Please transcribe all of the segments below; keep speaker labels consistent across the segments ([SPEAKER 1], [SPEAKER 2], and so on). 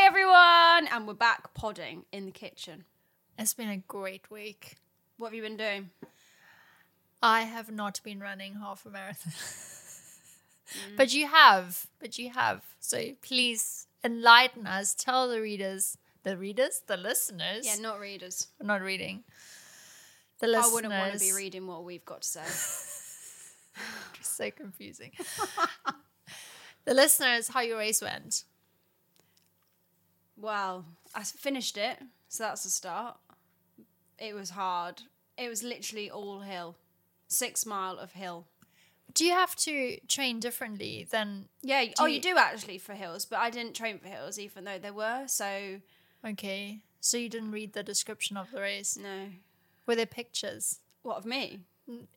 [SPEAKER 1] everyone, and we're back podding in the kitchen.
[SPEAKER 2] It's been a great week.
[SPEAKER 1] What have you been doing?
[SPEAKER 2] I have not been running half a marathon.
[SPEAKER 1] Mm.
[SPEAKER 2] But you have. But you have. So please enlighten us. Tell the readers, the readers, the listeners.
[SPEAKER 1] Yeah, not readers.
[SPEAKER 2] I'm not reading. The listeners.
[SPEAKER 1] I wouldn't want to be reading what we've got to say.
[SPEAKER 2] Just so confusing. the listeners, how your race went.
[SPEAKER 1] well, I s- finished it, so that's a start. It was hard. It was literally all hill, six mile of hill.
[SPEAKER 2] Do you have to train differently than?
[SPEAKER 1] Yeah. oh,
[SPEAKER 2] you-
[SPEAKER 1] you do actually for hills, but I didn't train for hills, even though there were. So
[SPEAKER 2] Okay, so you didn't read the description of the race.
[SPEAKER 1] no.
[SPEAKER 2] Were there pictures?
[SPEAKER 1] What of me?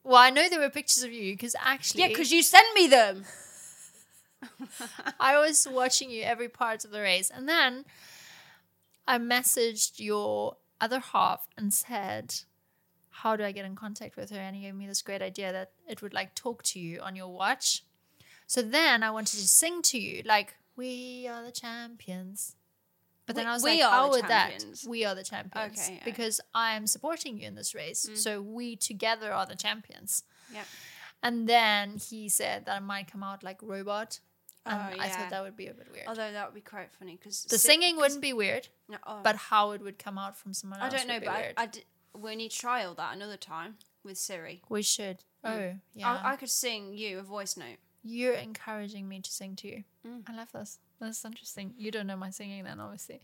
[SPEAKER 2] Well, I know there were pictures of you because actually,
[SPEAKER 1] Yeah, because you sent me them.
[SPEAKER 2] I was watching you every part of the race. And then I messaged your other half and said, How do I get in contact with her? And he gave me this great idea that it would like talk to you on your watch. So then I wanted to sing to you, like, We are the champions. But then
[SPEAKER 1] We-
[SPEAKER 2] I was
[SPEAKER 1] we
[SPEAKER 2] like,
[SPEAKER 1] are
[SPEAKER 2] How
[SPEAKER 1] the
[SPEAKER 2] would
[SPEAKER 1] champions.
[SPEAKER 2] that? We are the champions.
[SPEAKER 1] Okay, yeah. Mm.
[SPEAKER 2] Because I am supporting you in this race. So we together are the champions.
[SPEAKER 1] Yep.
[SPEAKER 2] And then he said that I might come out like robot. And
[SPEAKER 1] Oh,
[SPEAKER 2] I
[SPEAKER 1] yeah.
[SPEAKER 2] thought that would be a bit weird.
[SPEAKER 1] Although that would be quite funny because
[SPEAKER 2] the singing wouldn't be weird,
[SPEAKER 1] No, oh.
[SPEAKER 2] but how it would come out from someone
[SPEAKER 1] I
[SPEAKER 2] else.
[SPEAKER 1] don't know,
[SPEAKER 2] would be
[SPEAKER 1] but I,
[SPEAKER 2] weird.
[SPEAKER 1] I d- we need to trial that another time with Siri.
[SPEAKER 2] we should. Oh, yeah.
[SPEAKER 1] Mm. I, I could sing you a voice note.
[SPEAKER 2] You're encouraging me to sing to you.
[SPEAKER 1] Mm.
[SPEAKER 2] I love this. That's interesting. You don't know my singing then, obviously.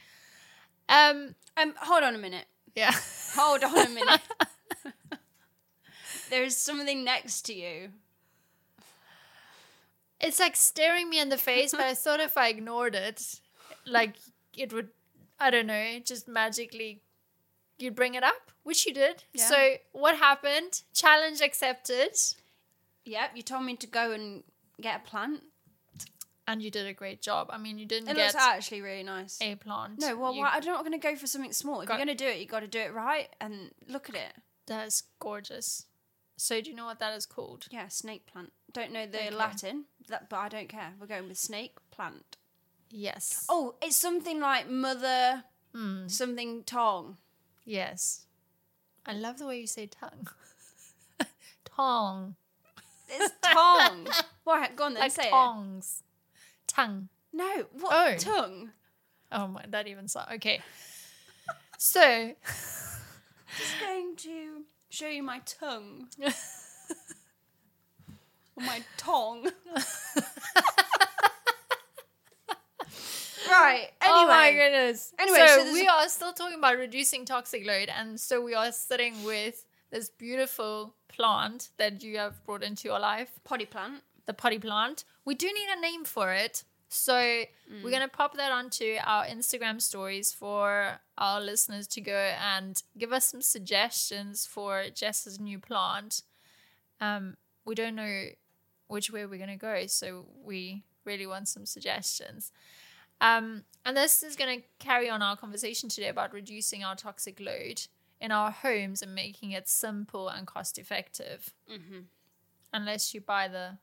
[SPEAKER 2] Um,
[SPEAKER 1] Um, hold on a minute.
[SPEAKER 2] yeah.
[SPEAKER 1] Hold on a minute. there is something next to you.
[SPEAKER 2] It's like staring me in the face, but I thought if I ignored it, like it would, I don't know, just magically, you'd bring it up, which you did.
[SPEAKER 1] Yeah.
[SPEAKER 2] So what happened? Challenge accepted,
[SPEAKER 1] Yep, you told me to go and get a plant.
[SPEAKER 2] and you did a great job. I mean, you didn't
[SPEAKER 1] It
[SPEAKER 2] get
[SPEAKER 1] looks actually really nice.
[SPEAKER 2] a plant.
[SPEAKER 1] No, well,
[SPEAKER 2] You-
[SPEAKER 1] why, I'm not going to go for something small. If
[SPEAKER 2] Got-
[SPEAKER 1] you're going to do it, you got to do it right. And look at it.
[SPEAKER 2] That is gorgeous. So do you know what that is called?
[SPEAKER 1] Yeah, snake plant. Don't know the
[SPEAKER 2] Okay.
[SPEAKER 1] Latin, that, but I don't care. We're going with snake plant.
[SPEAKER 2] Yes.
[SPEAKER 1] Oh, it's something like mother
[SPEAKER 2] Mm,
[SPEAKER 1] something tong.
[SPEAKER 2] yes. I love the way you say tongue. Tong.
[SPEAKER 1] It's tong. Why? Go on then,
[SPEAKER 2] Like
[SPEAKER 1] say
[SPEAKER 2] tongs. Tongue.
[SPEAKER 1] it. No, what
[SPEAKER 2] Oh.
[SPEAKER 1] tongue?
[SPEAKER 2] Oh my, that even sound. Okay. so, oh
[SPEAKER 1] Just going to show you my tongue. Or my tong. right. Anyway.
[SPEAKER 2] oh my goodness.
[SPEAKER 1] Anyway, so
[SPEAKER 2] so,
[SPEAKER 1] there's
[SPEAKER 2] we
[SPEAKER 1] a-
[SPEAKER 2] are still talking about reducing toxic load, and so we are sitting with this beautiful plant that you have brought into your life.
[SPEAKER 1] Potty plant.
[SPEAKER 2] the potty plant. We do need a name for it. So we're going to pop that onto our Instagram stories for our listeners to go and give us some suggestions for Jess's new plant. Um, we don't know which way we're going to go. So we really want some suggestions. Um, and this is going to carry on our conversation today about reducing our toxic load in our homes and making it simple and cost effective.
[SPEAKER 1] Mm-hmm.
[SPEAKER 2] Unless you buy the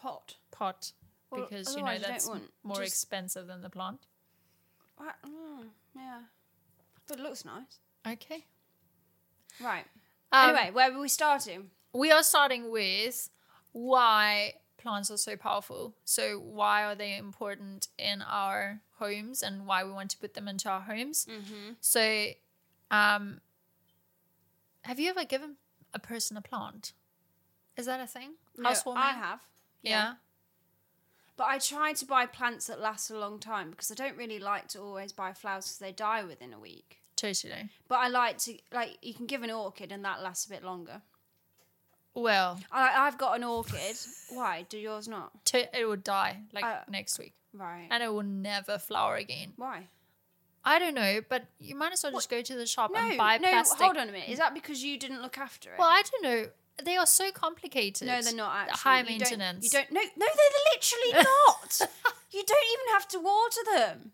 [SPEAKER 1] Pot.
[SPEAKER 2] pot
[SPEAKER 1] Well,
[SPEAKER 2] because you know
[SPEAKER 1] otherwise you don't
[SPEAKER 2] that's
[SPEAKER 1] want
[SPEAKER 2] more
[SPEAKER 1] just-
[SPEAKER 2] expensive than the plant.
[SPEAKER 1] Right, mm, yeah. But it looks nice.
[SPEAKER 2] Okay.
[SPEAKER 1] Right.
[SPEAKER 2] Um,
[SPEAKER 1] anyway, where were we starting?
[SPEAKER 2] we are starting with why plants are so powerful. So why are they important in our homes and why we want to put them into our homes?
[SPEAKER 1] Mm-hmm.
[SPEAKER 2] So, um, have you ever given a person a plant? Is that a thing? Housewarming?
[SPEAKER 1] I have.
[SPEAKER 2] Yeah.
[SPEAKER 1] But I try to buy plants that last a long time because I don't really like to always buy flowers because they die within a week.
[SPEAKER 2] totally.
[SPEAKER 1] But I like to like you can give an orchid and that lasts a bit longer.
[SPEAKER 2] Well,
[SPEAKER 1] I, I've got an orchid. Why do yours not?
[SPEAKER 2] to- it would die like
[SPEAKER 1] Uh,
[SPEAKER 2] next week,
[SPEAKER 1] Right.
[SPEAKER 2] and it will never flower again.
[SPEAKER 1] Why?
[SPEAKER 2] I don't know, but you might as well just go to the shop
[SPEAKER 1] No,
[SPEAKER 2] and buy
[SPEAKER 1] no.
[SPEAKER 2] plastic.
[SPEAKER 1] Hold on a minute. Is that because you didn't look after it?
[SPEAKER 2] Well, I don't know. They are so complicated.
[SPEAKER 1] no, they're not actually
[SPEAKER 2] High
[SPEAKER 1] You don't-
[SPEAKER 2] maintenance.
[SPEAKER 1] You don't. No, no, they're literally not. you don't even have to water them.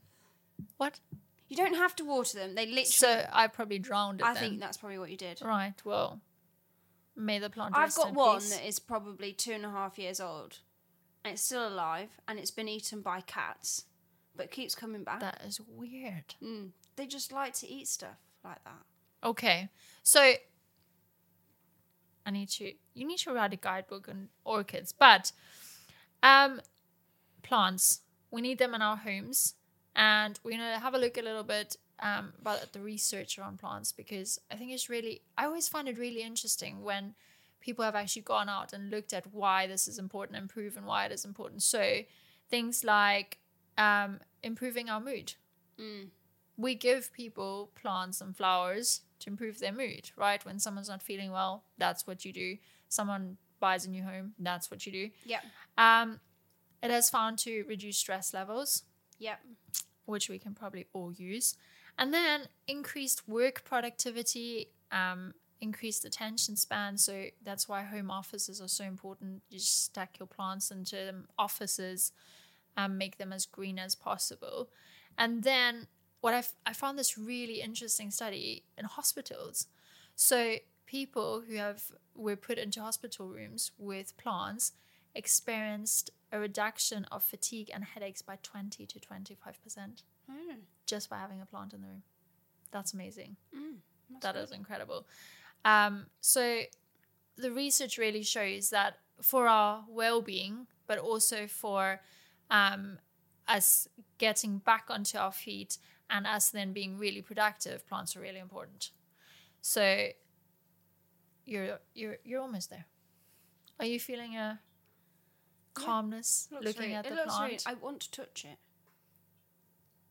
[SPEAKER 2] What?
[SPEAKER 1] You don't have to water them. They literally.
[SPEAKER 2] So I probably drowned it.
[SPEAKER 1] I
[SPEAKER 2] then.
[SPEAKER 1] think that's probably what you did.
[SPEAKER 2] Right. Well, may the plant.
[SPEAKER 1] I've
[SPEAKER 2] rest
[SPEAKER 1] got
[SPEAKER 2] in
[SPEAKER 1] one
[SPEAKER 2] peace.
[SPEAKER 1] that is probably two and a half years old, and it's still alive and it's been eaten by cats, but keeps coming back.
[SPEAKER 2] That is weird.
[SPEAKER 1] Mm. They just like to eat stuff like that.
[SPEAKER 2] Okay. So I need to you need to write a guidebook on orchids, but um plants. We need them in our homes and we're gonna have a look a little bit um about the research around plants because I think it's really I always find it really interesting when people have actually gone out and looked at why this is important and proven why it is important. So things like um improving our mood
[SPEAKER 1] Mm.
[SPEAKER 2] we give people plants and flowers to improve their mood, right? When someone's not feeling well, that's what you do. Someone buys a new home, that's what you do.
[SPEAKER 1] Yep.
[SPEAKER 2] Um, it has found to reduce stress levels,
[SPEAKER 1] Yep.
[SPEAKER 2] which we can probably all use, and then increased work productivity, um, increased attention span. So that's why home offices are so important. You just stack your plants into them offices and make them as green as possible. And then what I've, I found this really interesting study in hospitals. So people who have were put into hospital rooms with plants experienced a reduction of fatigue and headaches by 20 to 25 percent
[SPEAKER 1] Mm.
[SPEAKER 2] just by having a plant in the room. That's amazing.
[SPEAKER 1] Mm. That's
[SPEAKER 2] That
[SPEAKER 1] good.
[SPEAKER 2] is incredible. Um, so the research really shows that for our well-being, but also for um, us getting back onto our feet and us then being really productive, plants are really important. So you're you're you're almost there. Are you feeling a calmness
[SPEAKER 1] Looks
[SPEAKER 2] looking
[SPEAKER 1] really-
[SPEAKER 2] at
[SPEAKER 1] it
[SPEAKER 2] the
[SPEAKER 1] looks
[SPEAKER 2] plant?
[SPEAKER 1] really- I want to touch it.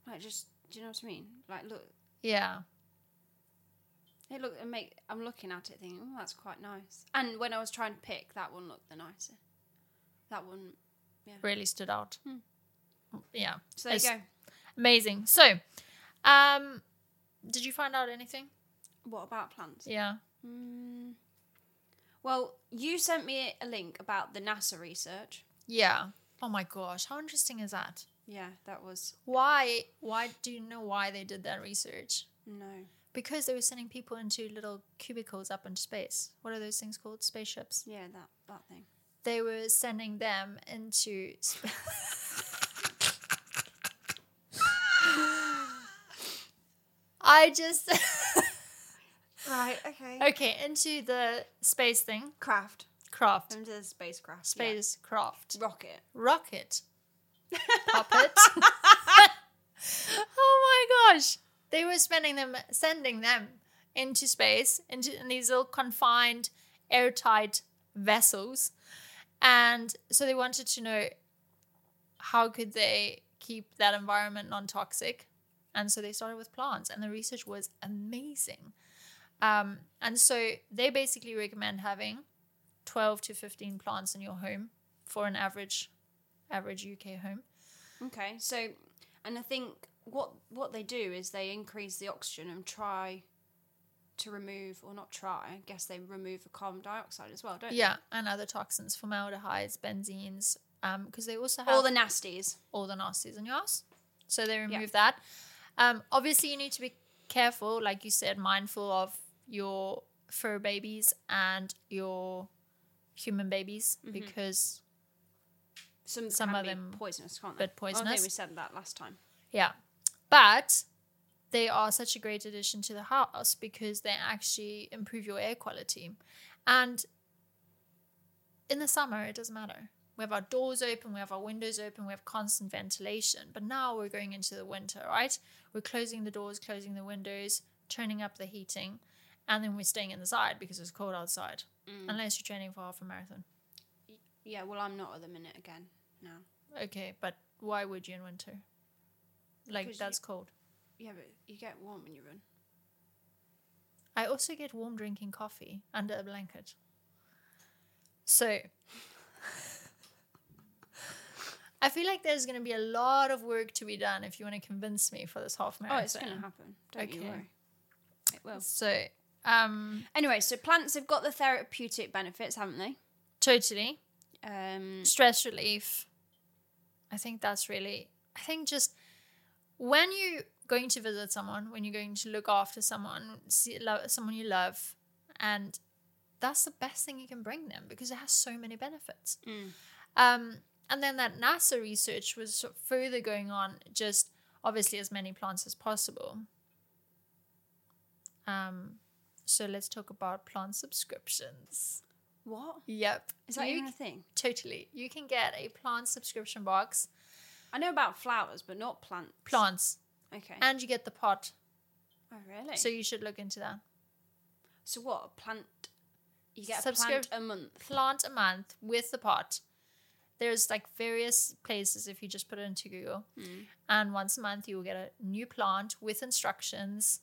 [SPEAKER 1] Like just, do you know what I mean? Like look,
[SPEAKER 2] yeah.
[SPEAKER 1] it look and make. I'm looking at it, thinking, oh, that's quite nice. And when I was trying to pick, that one looked the nicer. That one.
[SPEAKER 2] really stood out.
[SPEAKER 1] Hmm.
[SPEAKER 2] Yeah,
[SPEAKER 1] So there you
[SPEAKER 2] It's-
[SPEAKER 1] go.
[SPEAKER 2] amazing. So, um, did you find out anything?
[SPEAKER 1] What about plants?
[SPEAKER 2] Yeah.
[SPEAKER 1] Mm. Well, you sent me a link about the NASA research.
[SPEAKER 2] Yeah. Oh my gosh, how interesting is that?
[SPEAKER 1] Yeah, that was
[SPEAKER 2] Why? Why do you know why they did that research?
[SPEAKER 1] no.
[SPEAKER 2] Because they were sending people into little cubicles up into space. What are those things called? Spaceships.
[SPEAKER 1] Yeah, that that thing.
[SPEAKER 2] They were sending them into. Sp- I just
[SPEAKER 1] Right. Okay.
[SPEAKER 2] okay into the space thing
[SPEAKER 1] Craft.
[SPEAKER 2] craft.
[SPEAKER 1] Into the spacecraft. yeah.
[SPEAKER 2] spacecraft
[SPEAKER 1] rocket.
[SPEAKER 2] rocket puppet. oh my gosh! They were spending them, sending them into space into in these little confined, airtight vessels, and so they wanted to know how could they keep that environment non-toxic, and so they started with plants, and the research was amazing. Um, and so they basically recommend having 12 to 15 plants in your home for an average average UK home.
[SPEAKER 1] Okay, so and I think what what they do is they increase the oxygen and try to remove or not try. I guess they remove the carbon dioxide as well, don't
[SPEAKER 2] Yeah, and other toxins, formaldehydes, benzenes, um, because they also
[SPEAKER 1] they?
[SPEAKER 2] have
[SPEAKER 1] All the nasties.
[SPEAKER 2] all the nasties in your house. So they remove that. Um, obviously, you need to be careful, like you said, mindful of your fur babies and your human babies
[SPEAKER 1] Mm-hmm.
[SPEAKER 2] because
[SPEAKER 1] Some
[SPEAKER 2] Some
[SPEAKER 1] can
[SPEAKER 2] of
[SPEAKER 1] be
[SPEAKER 2] them
[SPEAKER 1] poisonous, can't they?
[SPEAKER 2] bit
[SPEAKER 1] I don't think
[SPEAKER 2] poisonous.
[SPEAKER 1] we said that last time.
[SPEAKER 2] Yeah. But they are such a great addition to the house because they actually improve your air quality. And in the summer, it doesn't matter. We have our doors open, we have our windows open, we have constant ventilation. But now we're going into the winter, right? We're closing the doors, closing the windows, turning up the heating, and then we're staying inside because it's cold outside.
[SPEAKER 1] Mm.
[SPEAKER 2] Unless you're training for half a marathon.
[SPEAKER 1] Yeah, well, I'm not at the minute again now.
[SPEAKER 2] Okay, but why would you in winter? Like,
[SPEAKER 1] 'Cause you-
[SPEAKER 2] that's cold.
[SPEAKER 1] Yeah, but you get warm when you run.
[SPEAKER 2] I also get warm drinking coffee under a blanket. So I feel like there's going to be a lot of work to be done if you want to convince me for this half
[SPEAKER 1] Oh,
[SPEAKER 2] marathon.
[SPEAKER 1] it's going to happen. Don't you
[SPEAKER 2] Okay.
[SPEAKER 1] worry. It will.
[SPEAKER 2] So, um,
[SPEAKER 1] Anyway, so plants have got the therapeutic benefits, haven't they?
[SPEAKER 2] totally
[SPEAKER 1] Um,
[SPEAKER 2] stress relief. I think that's really. I think just when you're going to visit someone, when you're going to look after someone, see, love, someone you love, and that's the best thing you can bring them because it has so many benefits.
[SPEAKER 1] mm.
[SPEAKER 2] Um, and then that NASA research was further going on, just obviously as many plants as possible. Um, so let's talk about plant subscriptions.
[SPEAKER 1] What?
[SPEAKER 2] Yep.
[SPEAKER 1] Is that
[SPEAKER 2] You
[SPEAKER 1] even a thing?
[SPEAKER 2] Totally. You can get a plant subscription box,
[SPEAKER 1] I know about flowers, but not plants.
[SPEAKER 2] plants,
[SPEAKER 1] Okay.
[SPEAKER 2] and you get the pot.
[SPEAKER 1] oh, really?
[SPEAKER 2] So
[SPEAKER 1] So,
[SPEAKER 2] you should look into that.
[SPEAKER 1] so what? A plant. You get a
[SPEAKER 2] Subscrip-
[SPEAKER 1] plant a month.
[SPEAKER 2] Plant a month with the pot. There's like various places if you just put it into Google.
[SPEAKER 1] Hmm.
[SPEAKER 2] And once a month, you will get a new plant with instructions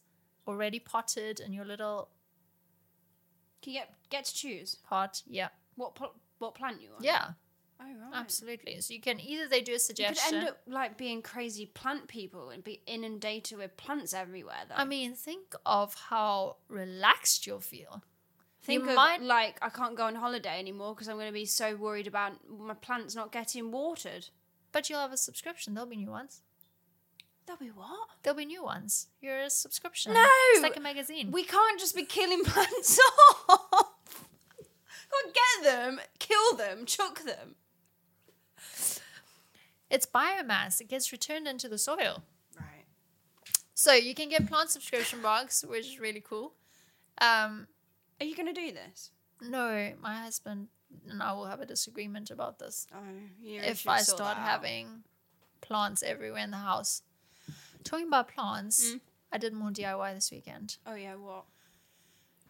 [SPEAKER 2] already potted in your little
[SPEAKER 1] Can you get get to choose
[SPEAKER 2] pot. Yeah.
[SPEAKER 1] what pl- what plant you want?
[SPEAKER 2] Yeah.
[SPEAKER 1] Oh right.
[SPEAKER 2] Absolutely. So you can either they do a
[SPEAKER 1] You could
[SPEAKER 2] suggestion.
[SPEAKER 1] end up like being crazy plant people and be inundated with plants everywhere. Though
[SPEAKER 2] I mean, think of how relaxed you'll feel.
[SPEAKER 1] think
[SPEAKER 2] you
[SPEAKER 1] of
[SPEAKER 2] might-
[SPEAKER 1] like I can't go on holiday anymore because I'm going to be so worried about my plants not getting watered.
[SPEAKER 2] But you'll have a subscription. There'll be new ones.
[SPEAKER 1] There'll be what?
[SPEAKER 2] There'll be new ones. You're a subscription.
[SPEAKER 1] No!
[SPEAKER 2] It's like a magazine.
[SPEAKER 1] We can't just be killing plants off. Go get them, kill them, chuck them.
[SPEAKER 2] it's biomass. It gets returned into the soil.
[SPEAKER 1] Right.
[SPEAKER 2] So you can get plant subscription box, which is really cool. Um,
[SPEAKER 1] Are you going to do this?
[SPEAKER 2] no, my husband and I will have a disagreement about this.
[SPEAKER 1] Oh, yeah.
[SPEAKER 2] if I start having plants everywhere in the house. Talking about plants,
[SPEAKER 1] Mm.
[SPEAKER 2] I did more DIY this weekend.
[SPEAKER 1] Oh yeah, what?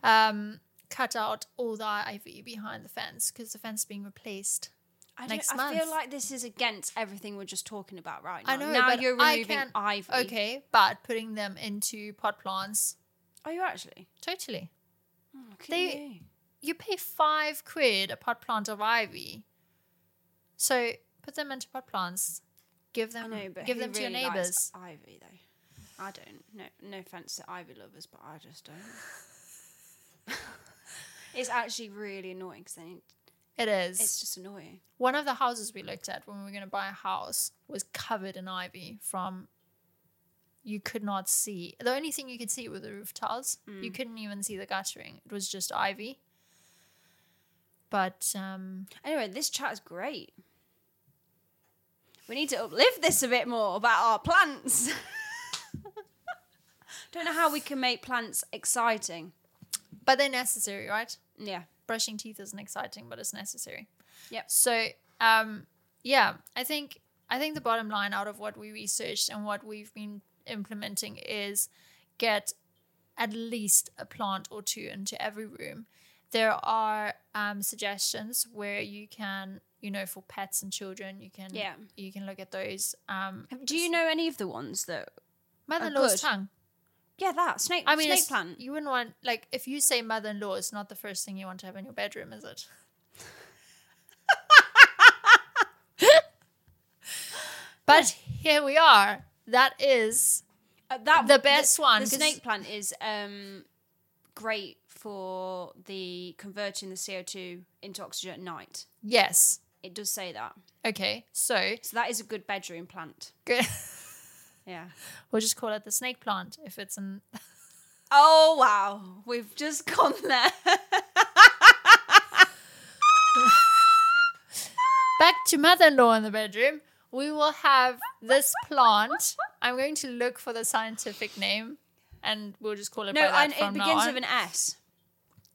[SPEAKER 2] Um, cut out all the ivy behind the fence because the fence is being replaced.
[SPEAKER 1] I,
[SPEAKER 2] Next
[SPEAKER 1] don't, I
[SPEAKER 2] month.
[SPEAKER 1] feel like this is against everything we're just talking about right now.
[SPEAKER 2] I know,
[SPEAKER 1] Now
[SPEAKER 2] but
[SPEAKER 1] you're
[SPEAKER 2] I
[SPEAKER 1] removing
[SPEAKER 2] can-
[SPEAKER 1] ivy.
[SPEAKER 2] Okay, but putting them into pot plants,
[SPEAKER 1] Are you actually?
[SPEAKER 2] totally.
[SPEAKER 1] Oh, look at
[SPEAKER 2] They-
[SPEAKER 1] you.
[SPEAKER 2] you pay five quid a pot plant of ivy. So put them into pot plants. Give
[SPEAKER 1] I
[SPEAKER 2] them
[SPEAKER 1] know, but
[SPEAKER 2] give
[SPEAKER 1] who
[SPEAKER 2] them to your
[SPEAKER 1] really likes
[SPEAKER 2] neighbors.
[SPEAKER 1] Ivy though, I don't. No, no offense to ivy lovers, but I just don't. it's actually really annoying because
[SPEAKER 2] It is.
[SPEAKER 1] it's just annoying.
[SPEAKER 2] One of the houses we looked at when we were gonna buy a house was covered in ivy from you could not see. The only thing you could see were the roof tiles. You couldn't even see the guttering. It was just ivy. But um
[SPEAKER 1] Anyway, this chat is great. We need to uplift this a bit more about our plants. Don't know how we can make plants exciting.
[SPEAKER 2] but they're necessary, right?
[SPEAKER 1] Yeah.
[SPEAKER 2] brushing teeth isn't exciting, but it's necessary.
[SPEAKER 1] Yep.
[SPEAKER 2] So, um, yeah, I think I think the bottom line out of what we researched and what we've been implementing is get at least a plant or two into every room. There are um, suggestions where you can, you know, for pets and children, you can
[SPEAKER 1] Yeah.
[SPEAKER 2] you can look at those. Um,
[SPEAKER 1] Do you know any of the ones that? good.
[SPEAKER 2] mother-in-law's tongue.
[SPEAKER 1] Yeah, that snake.
[SPEAKER 2] I mean,
[SPEAKER 1] snake
[SPEAKER 2] it's-
[SPEAKER 1] plant.
[SPEAKER 2] You wouldn't want like if you say mother-in-law, it's not the first thing you want to have in your bedroom, is it? but here we are. That is
[SPEAKER 1] Uh, that
[SPEAKER 2] the best one,
[SPEAKER 1] The
[SPEAKER 2] 'cause-
[SPEAKER 1] snake plant is um, great for the converting the CO two into oxygen at night.
[SPEAKER 2] yes.
[SPEAKER 1] It does say that.
[SPEAKER 2] Okay, so
[SPEAKER 1] So that is a good bedroom plant.
[SPEAKER 2] good.
[SPEAKER 1] Yeah.
[SPEAKER 2] we'll just call it the snake plant if it's in.
[SPEAKER 1] Oh wow, we've just gone there.
[SPEAKER 2] Back to mother-in-law in the bedroom. We will have this plant. I'm going to look for the scientific name, and we'll just call it.
[SPEAKER 1] No,
[SPEAKER 2] by that
[SPEAKER 1] and it
[SPEAKER 2] from now
[SPEAKER 1] begins
[SPEAKER 2] on.
[SPEAKER 1] with an S.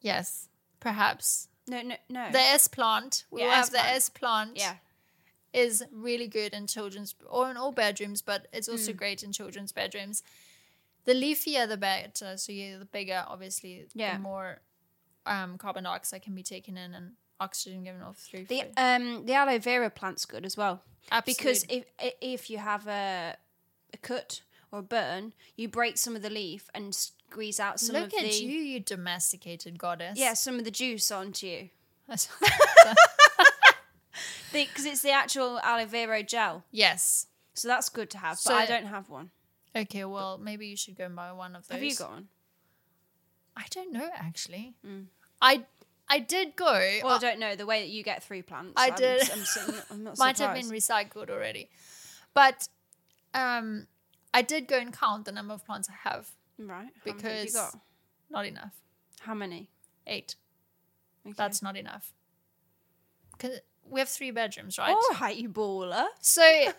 [SPEAKER 2] yes, perhaps.
[SPEAKER 1] No, no, no.
[SPEAKER 2] The S plant. We
[SPEAKER 1] Yeah,
[SPEAKER 2] will have
[SPEAKER 1] S
[SPEAKER 2] the
[SPEAKER 1] plant.
[SPEAKER 2] S plant.
[SPEAKER 1] yeah,
[SPEAKER 2] Is really good in children's or in all bedrooms, but it's also
[SPEAKER 1] Mm.
[SPEAKER 2] great in children's bedrooms. The leafier the better. So yeah, the bigger, obviously,
[SPEAKER 1] Yeah.
[SPEAKER 2] the more um, carbon dioxide can be taken in and oxygen given off through
[SPEAKER 1] the
[SPEAKER 2] food.
[SPEAKER 1] um the aloe vera plant's good as well because
[SPEAKER 2] Absolute-
[SPEAKER 1] if i- if you have a a cut or a burn, you break some of the leaf and squeeze out some
[SPEAKER 2] look
[SPEAKER 1] of
[SPEAKER 2] at
[SPEAKER 1] the
[SPEAKER 2] you, you domesticated goddess.
[SPEAKER 1] yeah some of the juice onto you because it's the actual aloe vera gel,
[SPEAKER 2] yes.
[SPEAKER 1] so that's good to have.
[SPEAKER 2] So-
[SPEAKER 1] but I don't have one.
[SPEAKER 2] Okay. Well, maybe you should go and buy one of those.
[SPEAKER 1] Have you got one?
[SPEAKER 2] I don't know actually. I I did go.
[SPEAKER 1] Mm. Well, I don't know the way that you get three plants.
[SPEAKER 2] I
[SPEAKER 1] I'm-
[SPEAKER 2] did.
[SPEAKER 1] I'm, so- I'm not
[SPEAKER 2] might
[SPEAKER 1] surprised.
[SPEAKER 2] have been recycled already. But um, I did go and count the number of plants I have.
[SPEAKER 1] right because how many, have you
[SPEAKER 2] because-
[SPEAKER 1] got?
[SPEAKER 2] Not enough.
[SPEAKER 1] How many?
[SPEAKER 2] Eight.
[SPEAKER 1] Okay.
[SPEAKER 2] That's not enough. 'Cause- we have three bedrooms, right?
[SPEAKER 1] All right, Oh, you baller.
[SPEAKER 2] So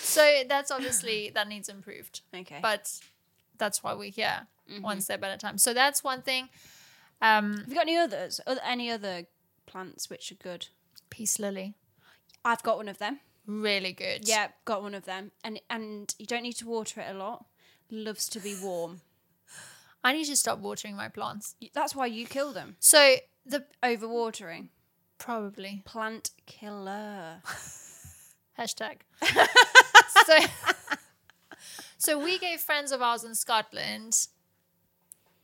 [SPEAKER 2] So that's obviously that needs improved.
[SPEAKER 1] Okay. Mm-hmm.
[SPEAKER 2] But that's why we're here. One step at a time. So that's one thing. Um
[SPEAKER 1] have you got any others? Other, any other plants which are good?
[SPEAKER 2] peace lily.
[SPEAKER 1] I've got one of them.
[SPEAKER 2] Really good.
[SPEAKER 1] Yeah, got one of them, and and you don't need to water it a lot. Loves to be warm.
[SPEAKER 2] I need to stop watering my plants.
[SPEAKER 1] That's why you kill them.
[SPEAKER 2] So the
[SPEAKER 1] Overwatering.
[SPEAKER 2] probably
[SPEAKER 1] Plant killer.
[SPEAKER 2] hashtag. so So we gave friends of ours in Scotland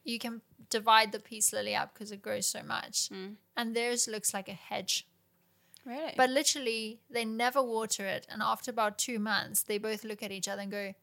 [SPEAKER 2] you can divide the peace lily up because it grows so much. And theirs looks like a hedge.
[SPEAKER 1] Really?
[SPEAKER 2] But literally, they never water it. And after about two months, they both look at each other and go,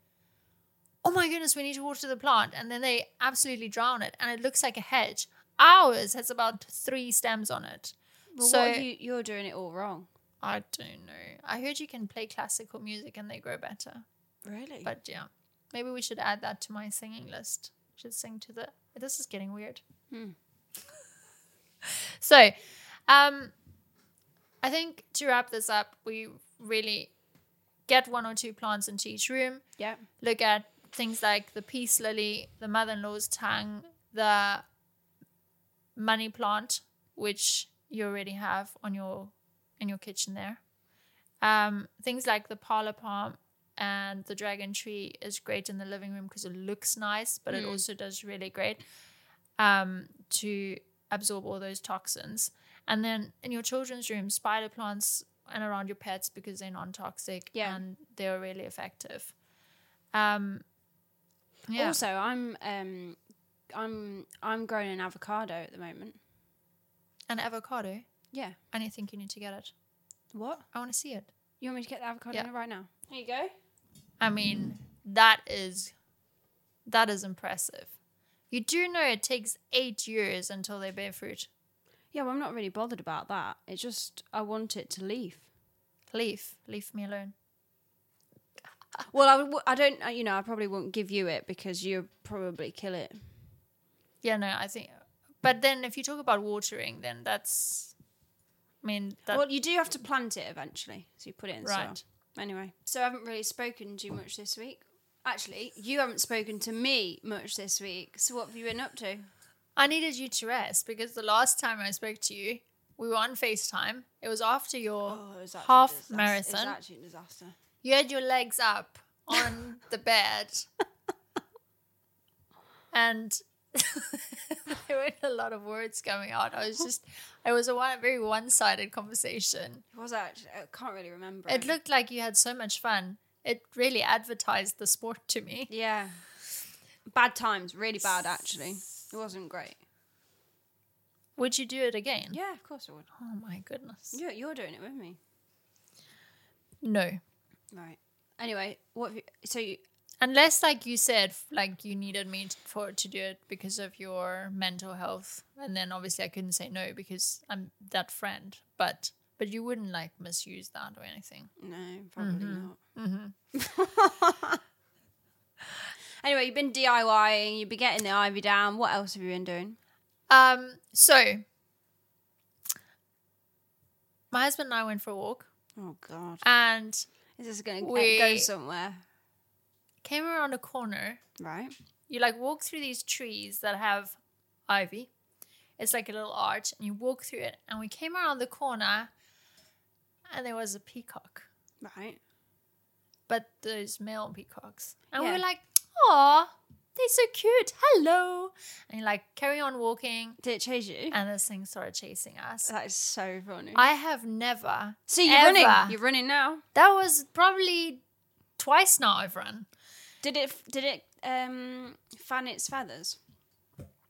[SPEAKER 2] Oh my goodness, we need to water the plant. And then they absolutely drown it. And it looks like a hedge. Ours has about three stems on it.
[SPEAKER 1] Well,
[SPEAKER 2] so
[SPEAKER 1] what if you, you're doing it all wrong.
[SPEAKER 2] I don't know. I heard you can play classical music and they grow better.
[SPEAKER 1] Really?
[SPEAKER 2] But yeah, maybe we should add that to my singing list. Should sing to the. This is getting weird.
[SPEAKER 1] Hmm.
[SPEAKER 2] so, um, I think to wrap this up, we really get one or two plants into each room.
[SPEAKER 1] yeah.
[SPEAKER 2] Look at things like the peace lily, the mother-in-law's tongue, the money plant, which you already have on your in your kitchen there. Um, things like the parlor palm and the dragon tree is great in the living room because it looks nice, but it
[SPEAKER 1] Mm.
[SPEAKER 2] also does really great um, to absorb all those toxins. And then in your children's room, spider plants and around your pets because they're non-toxic
[SPEAKER 1] Yeah.
[SPEAKER 2] and they're really effective. Um, yeah.
[SPEAKER 1] Also, I'm um, I'm I'm growing an avocado at the moment.
[SPEAKER 2] An avocado.
[SPEAKER 1] Yeah.
[SPEAKER 2] And you think you need to get it.
[SPEAKER 1] What?
[SPEAKER 2] I want to see it.
[SPEAKER 1] You want me to get the avocado
[SPEAKER 2] Yeah.
[SPEAKER 1] in right now? There you go.
[SPEAKER 2] I mean, that is that is impressive. You do know it takes eight years until they bear fruit.
[SPEAKER 1] Yeah, well, I'm not really bothered about that. It's just I want it to leaf.
[SPEAKER 2] Leave, leave me alone. Ah.
[SPEAKER 1] Well, I, would, I don't, I- you know, I probably won't give you it because you'll probably kill it.
[SPEAKER 2] Yeah, no, I think. But then, if you talk about watering, then that's. I mean, that,
[SPEAKER 1] well, you do have to plant it eventually, so you put it in
[SPEAKER 2] Right.
[SPEAKER 1] soil. Anyway, so I haven't really spoken to you much this week. Actually, you haven't spoken to me much this week. So what have you been up to?
[SPEAKER 2] I needed you to rest because the last time I spoke to you, we were on Facetime. It was after your
[SPEAKER 1] Oh, it was
[SPEAKER 2] actually a Half disaster- Oh, it was marathon.
[SPEAKER 1] actually a disaster.
[SPEAKER 2] You had your legs up on the bed. and there weren't a lot of words coming out. I was just, it was a one, very one sided conversation.
[SPEAKER 1] It was actually. I can't really remember.
[SPEAKER 2] It looked like you had so much fun. It really advertised the sport to me.
[SPEAKER 1] Yeah. Bad times, really bad actually. It wasn't great.
[SPEAKER 2] Would you do it again?
[SPEAKER 1] Yeah, of course I would.
[SPEAKER 2] Oh my goodness.
[SPEAKER 1] You're, you're doing it with me,
[SPEAKER 2] No.
[SPEAKER 1] right? Anyway, what? Have you, so you,
[SPEAKER 2] Unless, like you said, f- like you needed me t- for to do it because of your mental health, and then obviously I couldn't say no because I'm that friend. But but you wouldn't like misuse that or anything.
[SPEAKER 1] no, probably
[SPEAKER 2] Mhm.
[SPEAKER 1] not.
[SPEAKER 2] Mm-hmm.
[SPEAKER 1] Mm-hmm. Anyway, you've been DIYing, you've been getting the ivy down. What else have you been doing?
[SPEAKER 2] Um. So my husband and I went for a walk
[SPEAKER 1] Oh God,
[SPEAKER 2] and
[SPEAKER 1] is this going to
[SPEAKER 2] We-
[SPEAKER 1] go somewhere?
[SPEAKER 2] came around a corner.
[SPEAKER 1] Right?
[SPEAKER 2] You like walk through these trees that have ivy. It's like a little arch, and you walk through it. And we came around the corner, and there was a peacock.
[SPEAKER 1] Right?
[SPEAKER 2] but those male peacocks. And we
[SPEAKER 1] Yeah.
[SPEAKER 2] were like, aw, they're so cute. Hello. And you like carry on walking.
[SPEAKER 1] Did it chase you?
[SPEAKER 2] And this thing started chasing us.
[SPEAKER 1] That is so funny.
[SPEAKER 2] I have never.
[SPEAKER 1] so you're
[SPEAKER 2] ever-
[SPEAKER 1] running. You're running now.
[SPEAKER 2] That was probably twice now I've run.
[SPEAKER 1] Did it? Did it? Um, fan its feathers.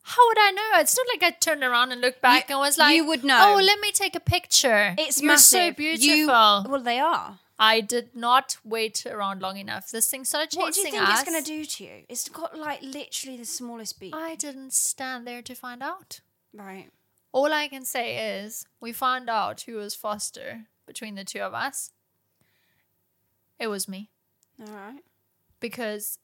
[SPEAKER 2] How would I know? It's not like I turned around and looked back and was like,
[SPEAKER 1] you would know.
[SPEAKER 2] Oh, let me take a picture.
[SPEAKER 1] It's
[SPEAKER 2] You're
[SPEAKER 1] massive.
[SPEAKER 2] so
[SPEAKER 1] You-
[SPEAKER 2] beautiful.
[SPEAKER 1] Well, they are.
[SPEAKER 2] I did not wait around long enough. This thing started chasing
[SPEAKER 1] What do you think
[SPEAKER 2] us.
[SPEAKER 1] it's going to do to you? It's got like literally the smallest beak.
[SPEAKER 2] I didn't stand there to find out.
[SPEAKER 1] right.
[SPEAKER 2] All I can say is we found out who was foster between the two of us. It was me.
[SPEAKER 1] All right.
[SPEAKER 2] Because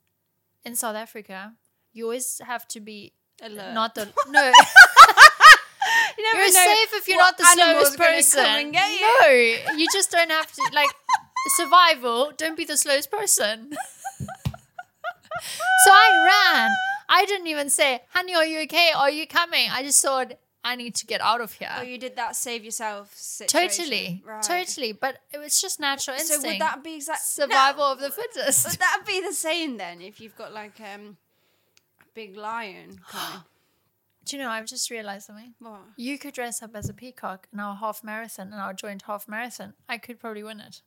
[SPEAKER 2] in South Africa, you always have to be
[SPEAKER 1] Alert.
[SPEAKER 2] not the no
[SPEAKER 1] You never
[SPEAKER 2] You're
[SPEAKER 1] know
[SPEAKER 2] safe if you're
[SPEAKER 1] what
[SPEAKER 2] not the slowest
[SPEAKER 1] animal's gonna
[SPEAKER 2] person.
[SPEAKER 1] Come and get you.
[SPEAKER 2] No, you just don't have to like survival. Don't be the slowest person. so I ran. I didn't even say, "Honey, are you okay? Are you coming?" I just thought, "I need to get out of here."
[SPEAKER 1] Oh, you did that save yourself situation.
[SPEAKER 2] totally,
[SPEAKER 1] Right.
[SPEAKER 2] totally. But it was just natural
[SPEAKER 1] So
[SPEAKER 2] instinct.
[SPEAKER 1] would that be exact
[SPEAKER 2] survival
[SPEAKER 1] No,
[SPEAKER 2] of the
[SPEAKER 1] Would
[SPEAKER 2] fittest?
[SPEAKER 1] that be the same then if you've got like um a big lion coming?
[SPEAKER 2] Do you know? I've just realized something.
[SPEAKER 1] what?
[SPEAKER 2] You could dress up as a peacock in our half marathon and our joint half marathon. I could probably win it.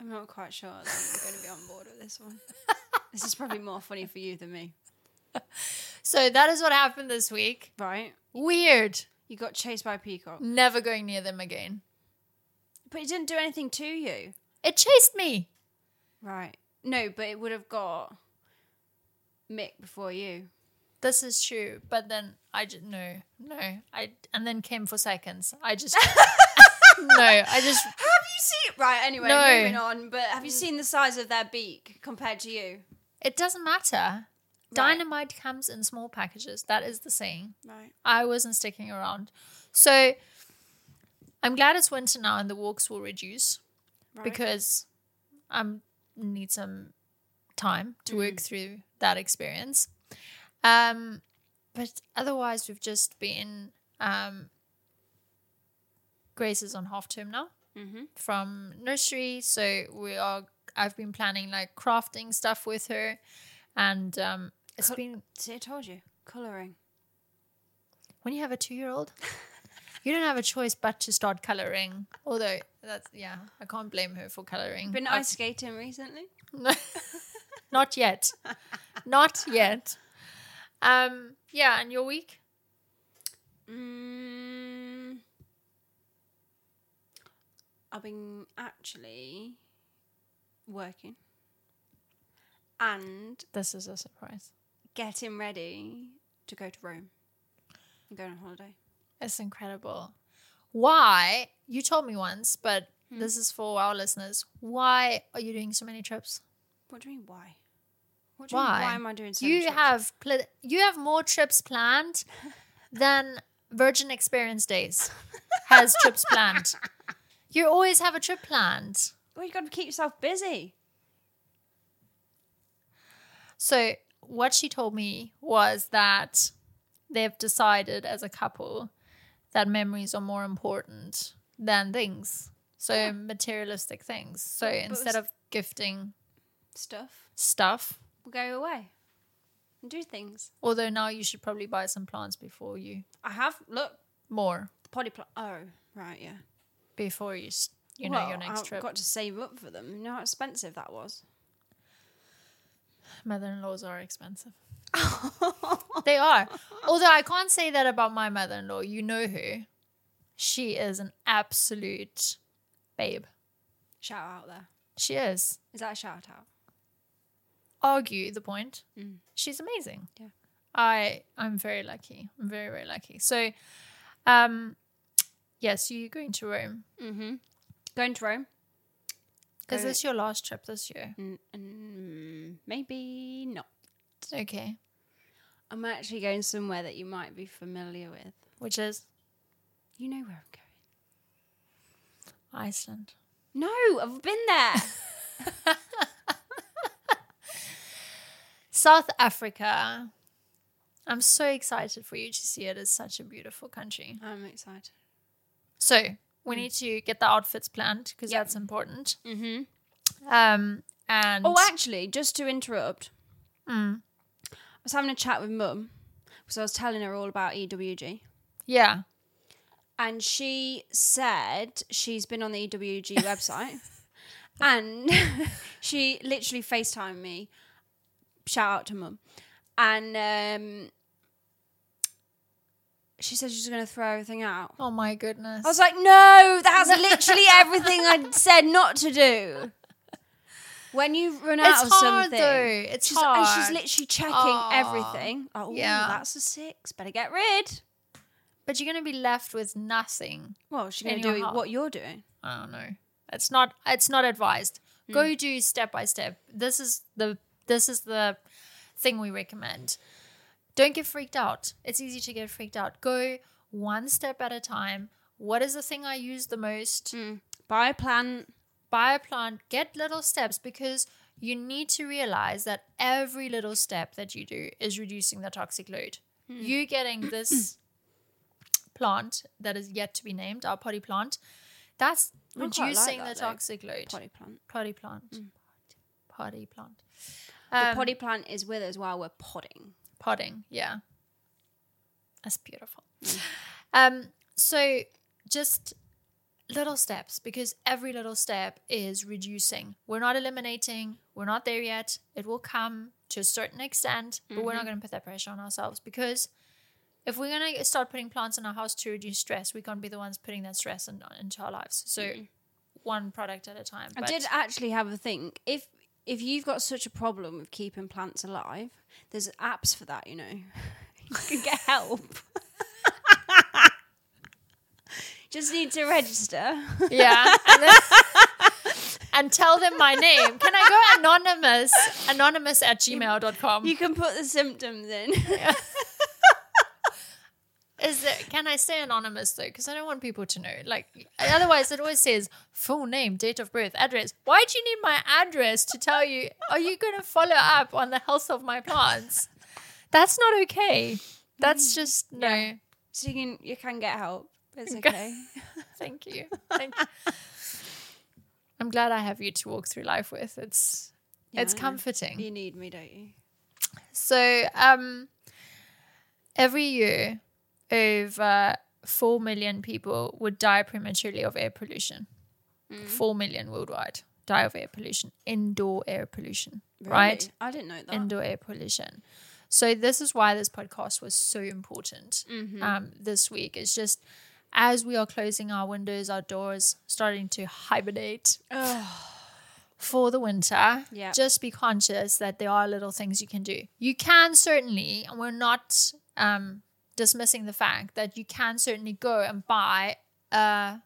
[SPEAKER 1] I'm not quite sure that I'm going to be on board with this one. This is probably more funny for you than me,
[SPEAKER 2] So that is what happened this week.
[SPEAKER 1] right?
[SPEAKER 2] Weird.
[SPEAKER 1] You got chased by a peacock,
[SPEAKER 2] Never going near them again.
[SPEAKER 1] but it didn't do anything to you,
[SPEAKER 2] It chased me.
[SPEAKER 1] right? No, but it would have got Mick before you.
[SPEAKER 2] This is true. But then I just no, no. I and then came for seconds. I just no. I just
[SPEAKER 1] Have you seen? Right. Anyway,
[SPEAKER 2] No.
[SPEAKER 1] moving on. But have you seen the size of their beak compared to you?
[SPEAKER 2] it doesn't matter.
[SPEAKER 1] Right.
[SPEAKER 2] Dynamite comes in small packages. That is the saying.
[SPEAKER 1] Right.
[SPEAKER 2] I wasn't sticking around. So I'm glad it's winter now and the walks will reduce
[SPEAKER 1] Right.
[SPEAKER 2] because I need some time to work through that experience. Um, but otherwise, we've just been um, Grace is on half term now
[SPEAKER 1] mm-hmm.
[SPEAKER 2] from nursery, so we are. I've been planning like crafting stuff with her, and um, it's
[SPEAKER 1] Col-
[SPEAKER 2] been
[SPEAKER 1] See, I told you, coloring.
[SPEAKER 2] when you have a two year old, you don't have a choice but to start coloring. Although that's yeah, I can't blame her for coloring.
[SPEAKER 1] Been
[SPEAKER 2] Mm, I-
[SPEAKER 1] ice skating recently.
[SPEAKER 2] No. Not yet. Not yet. Um, yeah, and your week?
[SPEAKER 1] Mm, I've been actually working and
[SPEAKER 2] This is a surprise.
[SPEAKER 1] getting ready to go to Rome. I'm going on holiday.
[SPEAKER 2] It's incredible. Why? You told me once, but this is for our listeners. Why are you doing so many trips?
[SPEAKER 1] What do you mean? Why? What do you
[SPEAKER 2] Why?
[SPEAKER 1] mean? Why am I doing so?
[SPEAKER 2] you
[SPEAKER 1] many trips?
[SPEAKER 2] have pl- you have more trips planned than Virgin Experience Days has trips planned. You always have a trip planned.
[SPEAKER 1] Well, you got to keep yourself busy.
[SPEAKER 2] So what she told me was that they've decided as a couple that memories are more important than things. So materialistic things. So instead
[SPEAKER 1] it's-
[SPEAKER 2] of gifting
[SPEAKER 1] Stuff.
[SPEAKER 2] stuff,
[SPEAKER 1] We'll go away and do things.
[SPEAKER 2] although now you should probably buy some plants before you
[SPEAKER 1] I have look
[SPEAKER 2] more
[SPEAKER 1] the potty plant. Oh, right, yeah.
[SPEAKER 2] before you s- you know your
[SPEAKER 1] Well,
[SPEAKER 2] next
[SPEAKER 1] I've
[SPEAKER 2] trip.
[SPEAKER 1] Got to save up for them. You know how expensive that was.
[SPEAKER 2] Mother-in-laws are expensive. they are. Although I can't say that about my mother-in-law. You know her. She is an absolute babe.
[SPEAKER 1] Shout out there.
[SPEAKER 2] She is.
[SPEAKER 1] Is that a shout out?
[SPEAKER 2] argue the point.
[SPEAKER 1] Mm.
[SPEAKER 2] She's amazing.
[SPEAKER 1] Yeah.
[SPEAKER 2] I I'm very lucky. I'm very very lucky. So, um, yes, you're going to Rome.
[SPEAKER 1] Mm-hmm. Going to Rome?
[SPEAKER 2] Is
[SPEAKER 1] Go-
[SPEAKER 2] this your last trip this year?
[SPEAKER 1] Mm, mm, maybe not.
[SPEAKER 2] Okay,
[SPEAKER 1] I'm actually going somewhere that you might be familiar with.
[SPEAKER 2] which is
[SPEAKER 1] You know where I'm
[SPEAKER 2] Iceland.
[SPEAKER 1] going. No, I've been there.
[SPEAKER 2] South Africa. I'm so excited for you to see it. It's such a beautiful country.
[SPEAKER 1] I'm excited.
[SPEAKER 2] So we need to get the outfits planned because
[SPEAKER 1] Yep.
[SPEAKER 2] that's important.
[SPEAKER 1] Mm-hmm.
[SPEAKER 2] Um, and
[SPEAKER 1] Oh, actually, just to interrupt,
[SPEAKER 2] Mm.
[SPEAKER 1] I was having a chat with Mum because I was telling her all about E EWG.
[SPEAKER 2] yeah,
[SPEAKER 1] and she said she's been on the EWG website and she literally FaceTimed me. Shout out to mum. And um, she said she's going to throw everything out.
[SPEAKER 2] oh my goodness.
[SPEAKER 1] I was like, no, that's literally everything I said not to do. When you run out
[SPEAKER 2] it's
[SPEAKER 1] of
[SPEAKER 2] hard
[SPEAKER 1] something,
[SPEAKER 2] though. It's
[SPEAKER 1] she's,
[SPEAKER 2] hard.
[SPEAKER 1] and she's literally checking
[SPEAKER 2] Aw.
[SPEAKER 1] everything. Oh,
[SPEAKER 2] Yeah.
[SPEAKER 1] that's a six. Better get rid.
[SPEAKER 2] But you're gonna be left with nothing.
[SPEAKER 1] Well, she's
[SPEAKER 2] In
[SPEAKER 1] going to
[SPEAKER 2] your
[SPEAKER 1] do
[SPEAKER 2] heart.
[SPEAKER 1] what you're doing.
[SPEAKER 2] I don't know. It's not. It's not advised. Go do step by step. This is the. This is the thing we recommend. Don't get freaked out. It's easy to get freaked out. Go one step at a time. What is the thing I use the most?
[SPEAKER 1] Mm. Buy a plant.
[SPEAKER 2] buy a plant, get little steps because you need to realize that every little step that you do is reducing the toxic load.
[SPEAKER 1] Hmm.
[SPEAKER 2] You getting this plant that is yet to be named, our potty plant, that's
[SPEAKER 1] I quite like
[SPEAKER 2] reducing
[SPEAKER 1] that
[SPEAKER 2] the
[SPEAKER 1] though,
[SPEAKER 2] toxic load. Potty,
[SPEAKER 1] Potty plant.
[SPEAKER 2] plant. Potty plant.
[SPEAKER 1] The
[SPEAKER 2] Um,
[SPEAKER 1] potty plant is with us while we're potting.
[SPEAKER 2] potting. Yeah. That's beautiful.
[SPEAKER 1] Mm.
[SPEAKER 2] Um, so just little steps because every little step is reducing. We're not eliminating, we're not there yet. It will come to a certain extent, but we're not
[SPEAKER 1] Mm-hmm.
[SPEAKER 2] going to put that pressure on ourselves because if we're going to start putting plants in our house to reduce stress, we can't be the ones putting that stress in, into our lives. So one product at a time.
[SPEAKER 1] I
[SPEAKER 2] but-
[SPEAKER 1] did actually have a think. If if you've got such a problem with keeping plants alive, there's apps for that, you know. you can get help. Just need to register.
[SPEAKER 2] Yeah. And, then- and tell them my name. Can I go anonymous? Anonymous at gmail.com.
[SPEAKER 1] You can put the symptoms in.
[SPEAKER 2] Is there, can I stay anonymous though? Because I don't want people to know. Like, otherwise, it always says full name, date of birth, address. Why do you need my address to tell you? Are you going to follow up on the health of my plants? That's not okay.
[SPEAKER 1] Mm.
[SPEAKER 2] That's just no.
[SPEAKER 1] so you can you can get help. It's okay.
[SPEAKER 2] Thank you. Thank you. I'm glad I have you to walk through life with. It's it's
[SPEAKER 1] Yeah.
[SPEAKER 2] comforting.
[SPEAKER 1] You need me, don't you?
[SPEAKER 2] So um, every year, over 4 million people would die prematurely of air pollution. 4 million worldwide die of air pollution, indoor air pollution, right?
[SPEAKER 1] Really? I didn't know that.
[SPEAKER 2] Indoor air pollution. So this is why this podcast was so important um, this week. It's just as we are closing our windows, our doors, starting to hibernate
[SPEAKER 1] Ugh.
[SPEAKER 2] for the winter,
[SPEAKER 1] Yeah.
[SPEAKER 2] just be conscious that there are little things you can do. You can certainly, and we're not um, dismissing the fact that you can certainly go and buy a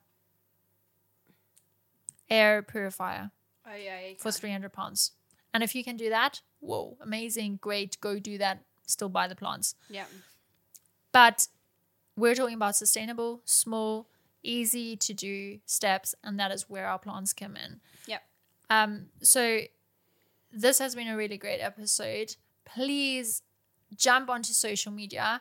[SPEAKER 2] air purifier
[SPEAKER 1] Oh yeah. you
[SPEAKER 2] for
[SPEAKER 1] can.
[SPEAKER 2] three hundred pounds. And if you can do that, whoa, amazing, great, go do that. Still buy the plants,
[SPEAKER 1] Yeah.
[SPEAKER 2] but we're talking about sustainable, small, easy to do steps, and that is where our plants come in.
[SPEAKER 1] Yep.
[SPEAKER 2] Um, so this has been a really great episode. Please jump onto social media,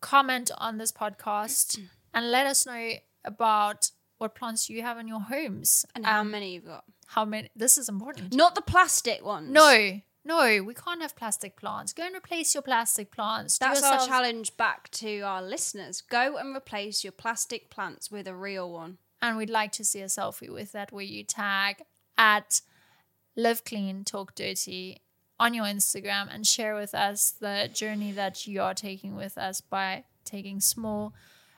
[SPEAKER 2] comment on this podcast, and let us know about what plants you have in your homes.
[SPEAKER 1] And
[SPEAKER 2] Um,
[SPEAKER 1] how many you've got?
[SPEAKER 2] how many this is important.
[SPEAKER 1] Not the plastic ones.
[SPEAKER 2] No, no, we can't have plastic plants. Go and replace your plastic plants. Do
[SPEAKER 1] That's our
[SPEAKER 2] yourselves-
[SPEAKER 1] challenge back to our listeners. Go and replace your plastic plants with a real one.
[SPEAKER 2] and we'd like to see a selfie with that where you tag at live clean talk dirty on your instagram and share with us the journey that you are taking with us by taking small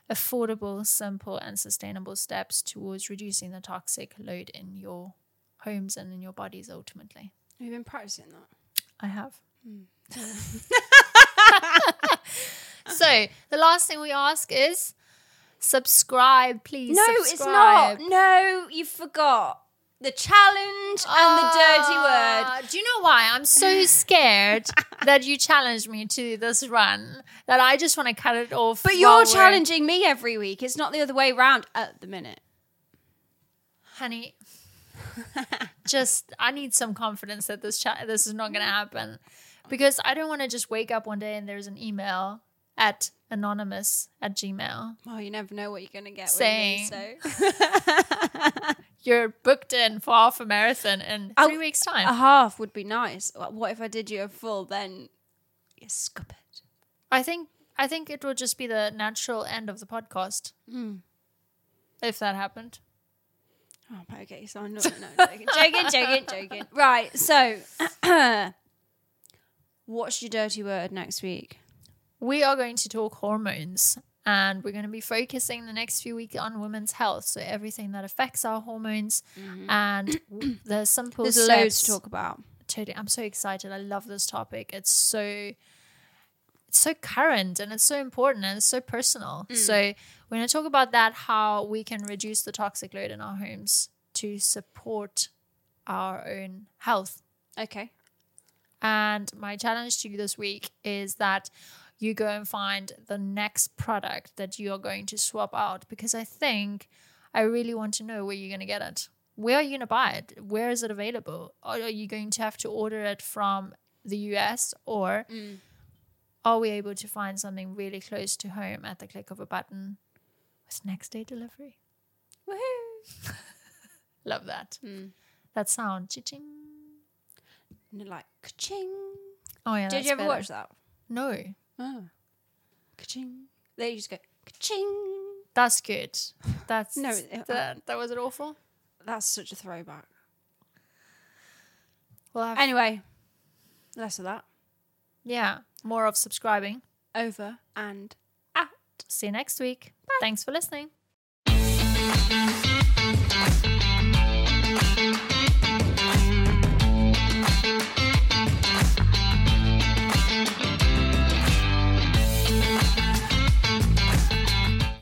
[SPEAKER 2] affordable simple and sustainable steps towards reducing the toxic load in your homes and in your bodies ultimately
[SPEAKER 1] We've been practicing that.
[SPEAKER 2] i have so the last thing we ask is subscribe please
[SPEAKER 1] No, it's
[SPEAKER 2] subscribe.
[SPEAKER 1] not. No, you forgot the challenge and the dirty word.
[SPEAKER 2] Ah, Do you know why? I'm so scared that you challenged me to this run that I just want to cut it off.
[SPEAKER 1] But
[SPEAKER 2] while
[SPEAKER 1] you're
[SPEAKER 2] we're-
[SPEAKER 1] challenging me every week. It's not the other way round at the minute.
[SPEAKER 2] honey. just I need some confidence that this cha- this is not going to happen because I don't want to just wake up one day and there's an email at anonymous at gmail.
[SPEAKER 1] Well, you never know what you're going to get
[SPEAKER 2] Saying.
[SPEAKER 1] with me, so.
[SPEAKER 2] You're booked in for half a marathon in
[SPEAKER 1] Oh,
[SPEAKER 2] three weeks time.
[SPEAKER 1] a half would be nice. What if I did you a full then? You scuppered.
[SPEAKER 2] I think I think it will just be the natural end of the podcast
[SPEAKER 1] Hmm.
[SPEAKER 2] if that happened.
[SPEAKER 1] Oh, but okay, so I'm not. No, I'm joking. joking, joking, joking. Right, so what's your dirty word next week?
[SPEAKER 2] we are going to talk hormones and we're going to be focusing the next few weeks on women's health so everything that affects our hormones and the
[SPEAKER 1] Mm-hmm.
[SPEAKER 2] simple
[SPEAKER 1] There's
[SPEAKER 2] steps.
[SPEAKER 1] loads to talk about.
[SPEAKER 2] totally i'm so excited i love this topic it's so it's so current and it's so important and it's so personal
[SPEAKER 1] Mm.
[SPEAKER 2] so we're going to talk about that how we can reduce the toxic load in our homes to support our own health
[SPEAKER 1] Okay.
[SPEAKER 2] and my challenge to you this week is that you go and find the next product that you're going to swap out because I think I really want to know where you're going to get it. Where are you going to buy it? Where is it available? Or are you going to have to order it from the US or
[SPEAKER 1] Mm.
[SPEAKER 2] are we able to find something really close to home at the click of a button with next day delivery?
[SPEAKER 1] Woohoo!
[SPEAKER 2] Love that.
[SPEAKER 1] Mm.
[SPEAKER 2] That sound. Ching.
[SPEAKER 1] And you're like, ka-ching.
[SPEAKER 2] Oh yeah.
[SPEAKER 1] Did you ever watch that?
[SPEAKER 2] No.
[SPEAKER 1] Oh. Ka-ching. They just go, ka-ching.
[SPEAKER 2] That's good. That's
[SPEAKER 1] No,
[SPEAKER 2] no.
[SPEAKER 1] it-
[SPEAKER 2] That, that was it awful.
[SPEAKER 1] That's such a throwback.
[SPEAKER 2] Well, I've-
[SPEAKER 1] Anyway, less of that.
[SPEAKER 2] yeah. More of subscribing.
[SPEAKER 1] Over and
[SPEAKER 2] See you next week. Thanks for listening.